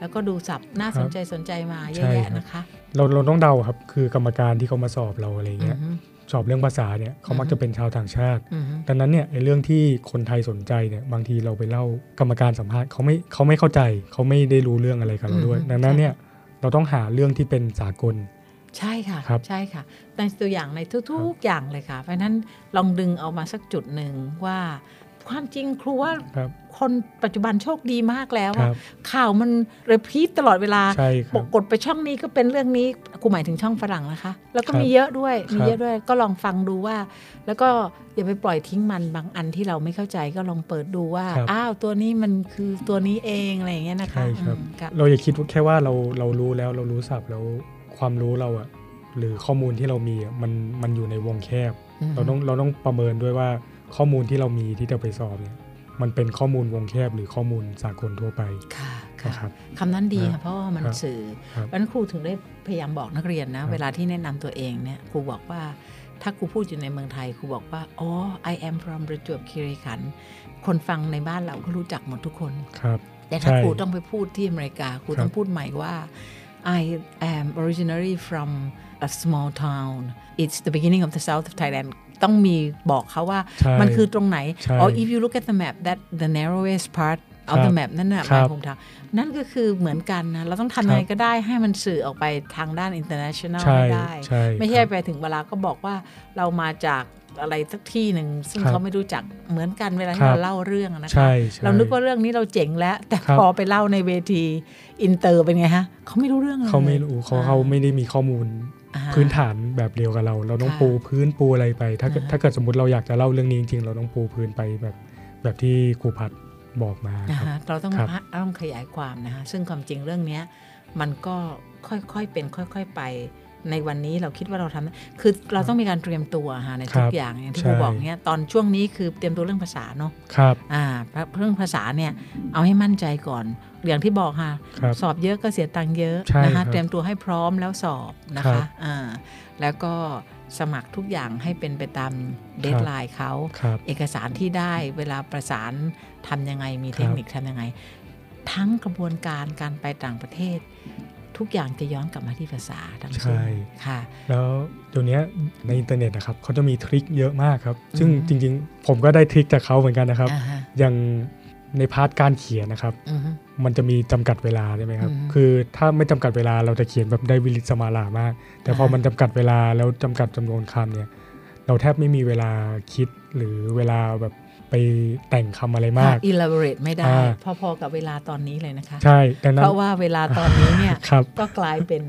Speaker 3: แล้วก็ดูศัพท์น่า
Speaker 4: ครับ
Speaker 3: สนใจสนใจมาเย
Speaker 4: ใช่
Speaker 3: อะแยะ
Speaker 4: ครับ
Speaker 3: นะคะ
Speaker 4: เราเราต้องเดาครับคือกรรมการที่เขามาสอบเราอะไร
Speaker 3: อื
Speaker 4: เงี้
Speaker 3: อย ฮึ
Speaker 4: สอบเรื่องภาษาเนี่ยเขามักจะเป็นชาวต่างชาติ
Speaker 3: อือฮึ
Speaker 4: ดังนั้นเนี่ยไอ้เรื่องที่คนไทยสนใจเนี่ยบางทีเราไปเล่ากรรมการสัมภาษณ์เขาไม่เขาไม่เข้าใจเขาไม่ได้รู้เรื่องอะไรกับเราด้วย
Speaker 3: อืม
Speaker 4: ดังนั้นเนี่ยเราต้องหาเรื่องที่เป็นสากล
Speaker 3: ใช่ค่ะ
Speaker 4: ครับ
Speaker 3: ใช่ค่ะแต่ตัวอย่างในทุกๆอย่างเลยค่ะ เพราะฉะนั้นลองดึงเอามาสักจุดหนึ่งว่า ความจริงครูว่า
Speaker 4: ครับ
Speaker 3: คนปัจจุบันโชคดีมากแล้ว
Speaker 4: ค
Speaker 3: อะ
Speaker 4: รับ
Speaker 3: ข่าวมันเรพีตตลอดเวลา
Speaker 4: ใช่ค
Speaker 3: ป
Speaker 4: รับ
Speaker 3: กกดไปช่องนี้ก็เป็นเรื่องนี้ครูหมายถึงช่องฝรั่งนะคะ แล้วก็
Speaker 4: ครับ
Speaker 3: มีเยอะด้วย มี
Speaker 4: ครับ
Speaker 3: เยอะด้วย ก็ลองฟังดูว่า แล้วก็อย่าไปปล่อยทิ้งมันบางอันที่เราไม่เข้าใจก็ลองเปิดดูว่า
Speaker 4: ครับ
Speaker 3: อ้าวตัวนี้มันคือตัวนี้เองอะไรอย่างเงี้ยนะคะ
Speaker 4: ใช่ครับ
Speaker 3: อืมค่ะ
Speaker 4: เราอย่าคิดว่าแค่ว่าเราเรารู้แล้วเรารู้ศัพท์แล้วความรู้เราอะหรือข้อมูลที่เรามีอะมันมันอยู่ในวงแคบ เราต้องเราต้องประเมินด้วยว่าข้อมูลที่เรามีที่จะไปสอบเนี่ยมันเป็นข้อมูลวงแคบหรือข้อมูลสากลทั่วไป
Speaker 3: ค่ะ
Speaker 4: นะครั
Speaker 3: ค่ะ
Speaker 4: บ
Speaker 3: คำนั้นดี
Speaker 4: ครั
Speaker 3: ค่ะ
Speaker 4: บ
Speaker 3: เพราะว่ามัน
Speaker 4: ครับ
Speaker 3: สื่อ
Speaker 4: ครับ
Speaker 3: เพราะฉะนั้นครูถึงได้พยายามบอกนักเรียนนะ
Speaker 4: ครับ
Speaker 3: เวลาที่แนะนำตัวเองเนี่ยครูบอกว่า ถ้าครูพูดอยู่ในเมืองไทยครูบอกว่าอ๋อ I am from ประจวบคีรีขันธ์คนฟังในบ้านเราก็รู้จักหมดทุกคน แต่ถ้า
Speaker 4: ใช่
Speaker 3: ครูต้องไปพูดที่อเมริกาครู
Speaker 4: ครับ
Speaker 3: ต้องพูดใหม่ว่า I am originally from a small town it's the beginning of the south of Thailand ต้องมีบอกเขาว่า
Speaker 4: ใช่
Speaker 3: มันคือตรงไหน
Speaker 4: ใช่
Speaker 3: อ๋อ if you look at the map that the narrowest part of
Speaker 4: ครั
Speaker 3: the
Speaker 4: บ
Speaker 3: map นั่นน่ะห
Speaker 4: ครั
Speaker 3: มาย
Speaker 4: บ
Speaker 3: ความทางนั่นก็คือเหมือนกันนะ เราต้อง
Speaker 4: ครับ
Speaker 3: ทำยังไงก็ได้ให้มันสื่อออกไปทางด้าน international
Speaker 4: ใช่
Speaker 3: ให้ได้
Speaker 4: ใช่
Speaker 3: ไม่ใช่
Speaker 4: ครับ
Speaker 3: ไปถึงเวลาก็บอกว่าเรามาจากอะไรสักที่หนึ่ง ซึ่ง
Speaker 4: ครับ
Speaker 3: เขาไม่รู้จักเหมือนกันเวลา
Speaker 4: ครั
Speaker 3: ที่
Speaker 4: บ
Speaker 3: เราเล่าเรื่องอะนะคะ
Speaker 4: ใช่ใช่
Speaker 3: เรานึกว่าเรื่องนี้เราเจ๋งแล้ว แต่
Speaker 4: ครับ
Speaker 3: พอไปเล่าในเวทีอินเตอร์เป็นไงฮะ เขาไม่รู้เรื่องเลย
Speaker 4: เขาไม่รู้เขาเขาไม่ได้มีข้อมูล
Speaker 3: อ่า
Speaker 4: พื้นฐานแบบเดียวกับเรา เราต้อง
Speaker 3: ค่ะ
Speaker 4: ปูพื้นปูอะไรไป ถ้าเกิด
Speaker 3: อ่าฮะ
Speaker 4: ถ้าเกิดสมมติเราอยากจะเล่าเรื่องนี้จริงๆ เราต้องปูพื้นไปแบบแบบที่ครูพัดบอกมา
Speaker 3: นะ
Speaker 4: ครับ
Speaker 3: ฮะเราต้อง
Speaker 4: ครับ
Speaker 3: พะต้องขยายความนะฮะซึ่งความจริงเรื่องเนี้ยมันก็ค่อยๆเป็นค่อย ๆไป ในวันนี้เราคิดว่าเราทำคือเราต้องมีการเตรียมตัวฮะในทุก
Speaker 4: ครับ
Speaker 3: อย่างอย่างที่
Speaker 4: ใช่
Speaker 3: ครูบอกเนี้ยตอนช่วงนี้คือเตรียมตัวเรื่องภาษาเนาะ
Speaker 4: ครับ
Speaker 3: อ่าเรื่องภาษาเนี่ยเอาให้มั่นใจก่อน อย่างที่บอกค่ะ
Speaker 4: ครับ
Speaker 3: สอบเยอะก็เสียตังค์เยอะ
Speaker 4: ใช่
Speaker 3: นะ
Speaker 4: ครั
Speaker 3: คะ
Speaker 4: บ
Speaker 3: เตรียมตัวให้พร้อมแล้วสอบนะ
Speaker 4: ครั
Speaker 3: คะ
Speaker 4: บ
Speaker 3: อ่าแล้วก็สมัครทุกอย่างให้เป็นไปตามเดทไลน์เขา
Speaker 4: ครับ
Speaker 3: เอกสารที่ได้เวลาประสานทำยังไงมีเทคนิคทำยังไง ทั้งกระบวนการการไปต่างประเทศ ทุกอย่างจะย้อนกลับมาที่ภาษาทั้งสิ้น
Speaker 4: ใช่
Speaker 3: ค่ะ
Speaker 4: แล้วเดี๋ยวนี้ในอินเทอร์เน็ตนะครับเขาจะมีทริคเยอะมากครับ ซึ่ง
Speaker 3: อือฮึ
Speaker 4: จริงๆ ผมก็ได้ทริคจากเขาเหมือนกันนะครับ
Speaker 3: อ่าฮะ
Speaker 4: อย่างในพาร์ทการเขียนนะครับ
Speaker 3: อือฮึ
Speaker 4: มันจะมีจำกัดเวลาใช่ไหมครับ
Speaker 3: อืม
Speaker 4: คือถ้าไม่จำกัดเวลาเราจะเขียนแบบได้วิลิตสมาลามาก แต่พอ
Speaker 3: อ่าฮะ
Speaker 4: มันจำกัดเวลาแล้วจำกัดจำนวนคำเนี่ย เราแทบไม่มีเวลาคิดหรือเวลาแบบไปแต่งคำอะไรมาก
Speaker 3: อ่ะ elaborate ไม่ได้
Speaker 4: อ่า
Speaker 3: พอๆกับเวลาตอนนี้เลยนะคะ
Speaker 4: ใช่ดังนั้น
Speaker 3: เพราะว่าเวลาตอนนี้เนี่ย
Speaker 4: ครับ
Speaker 3: ก็กลายเป็น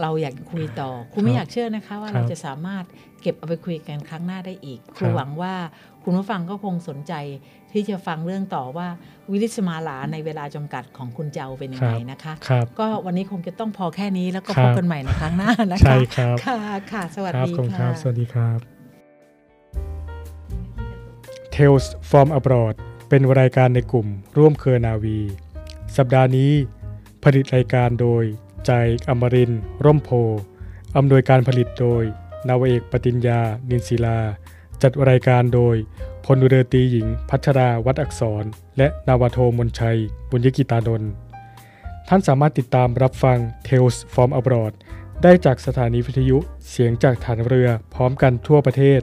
Speaker 3: เราอยากคุยต่อครู
Speaker 4: ค
Speaker 3: ไม่
Speaker 4: รับ
Speaker 3: อยากเชื่อนะคะ ว่า
Speaker 4: ครับ
Speaker 3: เราจะสามารถเก็บเอาไปคุยกันครั้งหน้าได้อีก ครู
Speaker 4: ครับ
Speaker 3: หวังว่าคุณผู้ฟังก็คงสนใจที่จะฟังเรื่องต่อว่าวิริสมาลาในเวลาจำกัดของคุณเจ้าเป็นยังไง
Speaker 4: ครับ
Speaker 3: นะคะ
Speaker 4: ครับ
Speaker 3: ก็วันนี้คงจะต้องพอแค่นี้แล้วก็
Speaker 4: ครั
Speaker 3: พ
Speaker 4: บ
Speaker 3: บกันใหม่ในครั้งหน้านะ
Speaker 4: ใช่
Speaker 3: คะ
Speaker 4: ครับ
Speaker 3: ค่ะค่ะ สวัส
Speaker 4: ครับ
Speaker 3: ดี
Speaker 4: ขอบคุณค
Speaker 3: ค่ะ
Speaker 4: รับ สวัสดีครับ Tales from abroad เป็นรายการในกลุ่มร่วมเครือนาวี สัปดาห์นี้ ผลิตรายการโดยใจายอมรินทร์ร่มโพธิ์อำนวยการผลิตโดย นาวเอกปติญญา นินศิลา จัดรายการโดยพลเรือตรีหญิง พัชราวัดอักษร และนาวาโทมนชัย บุญยกิตานนท์ท่านสามารถติดตามรับฟัง Tales from abroad ได้จากสถานีวิทยุเสียงจากฐานเรือพร้อมกันทั่วประเทศ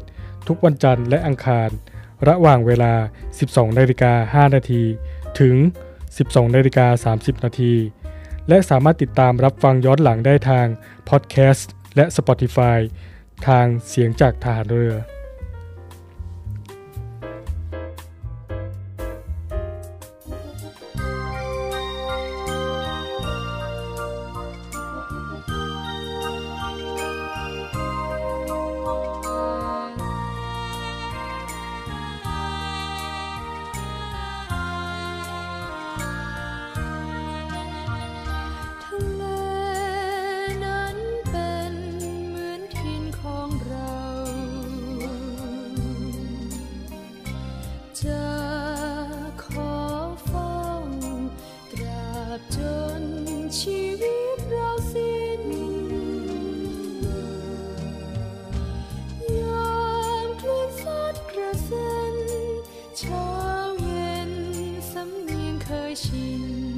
Speaker 4: ทุกวันจันทร์และอังคาร ระหว่างเวลา 12นาฬิกา5นาทีถึง 12นาฬิกา30นาทีและสามารถติดตามรับฟังย้อนหลังได้ทางพอดแคสต์และ Spotify ทางเสียงจากฐานเรือ
Speaker 5: ทะเลนั้นเป็นเหมือนถิ่น ชีวิตเราสิ้นยามคลื่นซัดกระเซ็นเช้าเย็นสำเนียงเคยชิน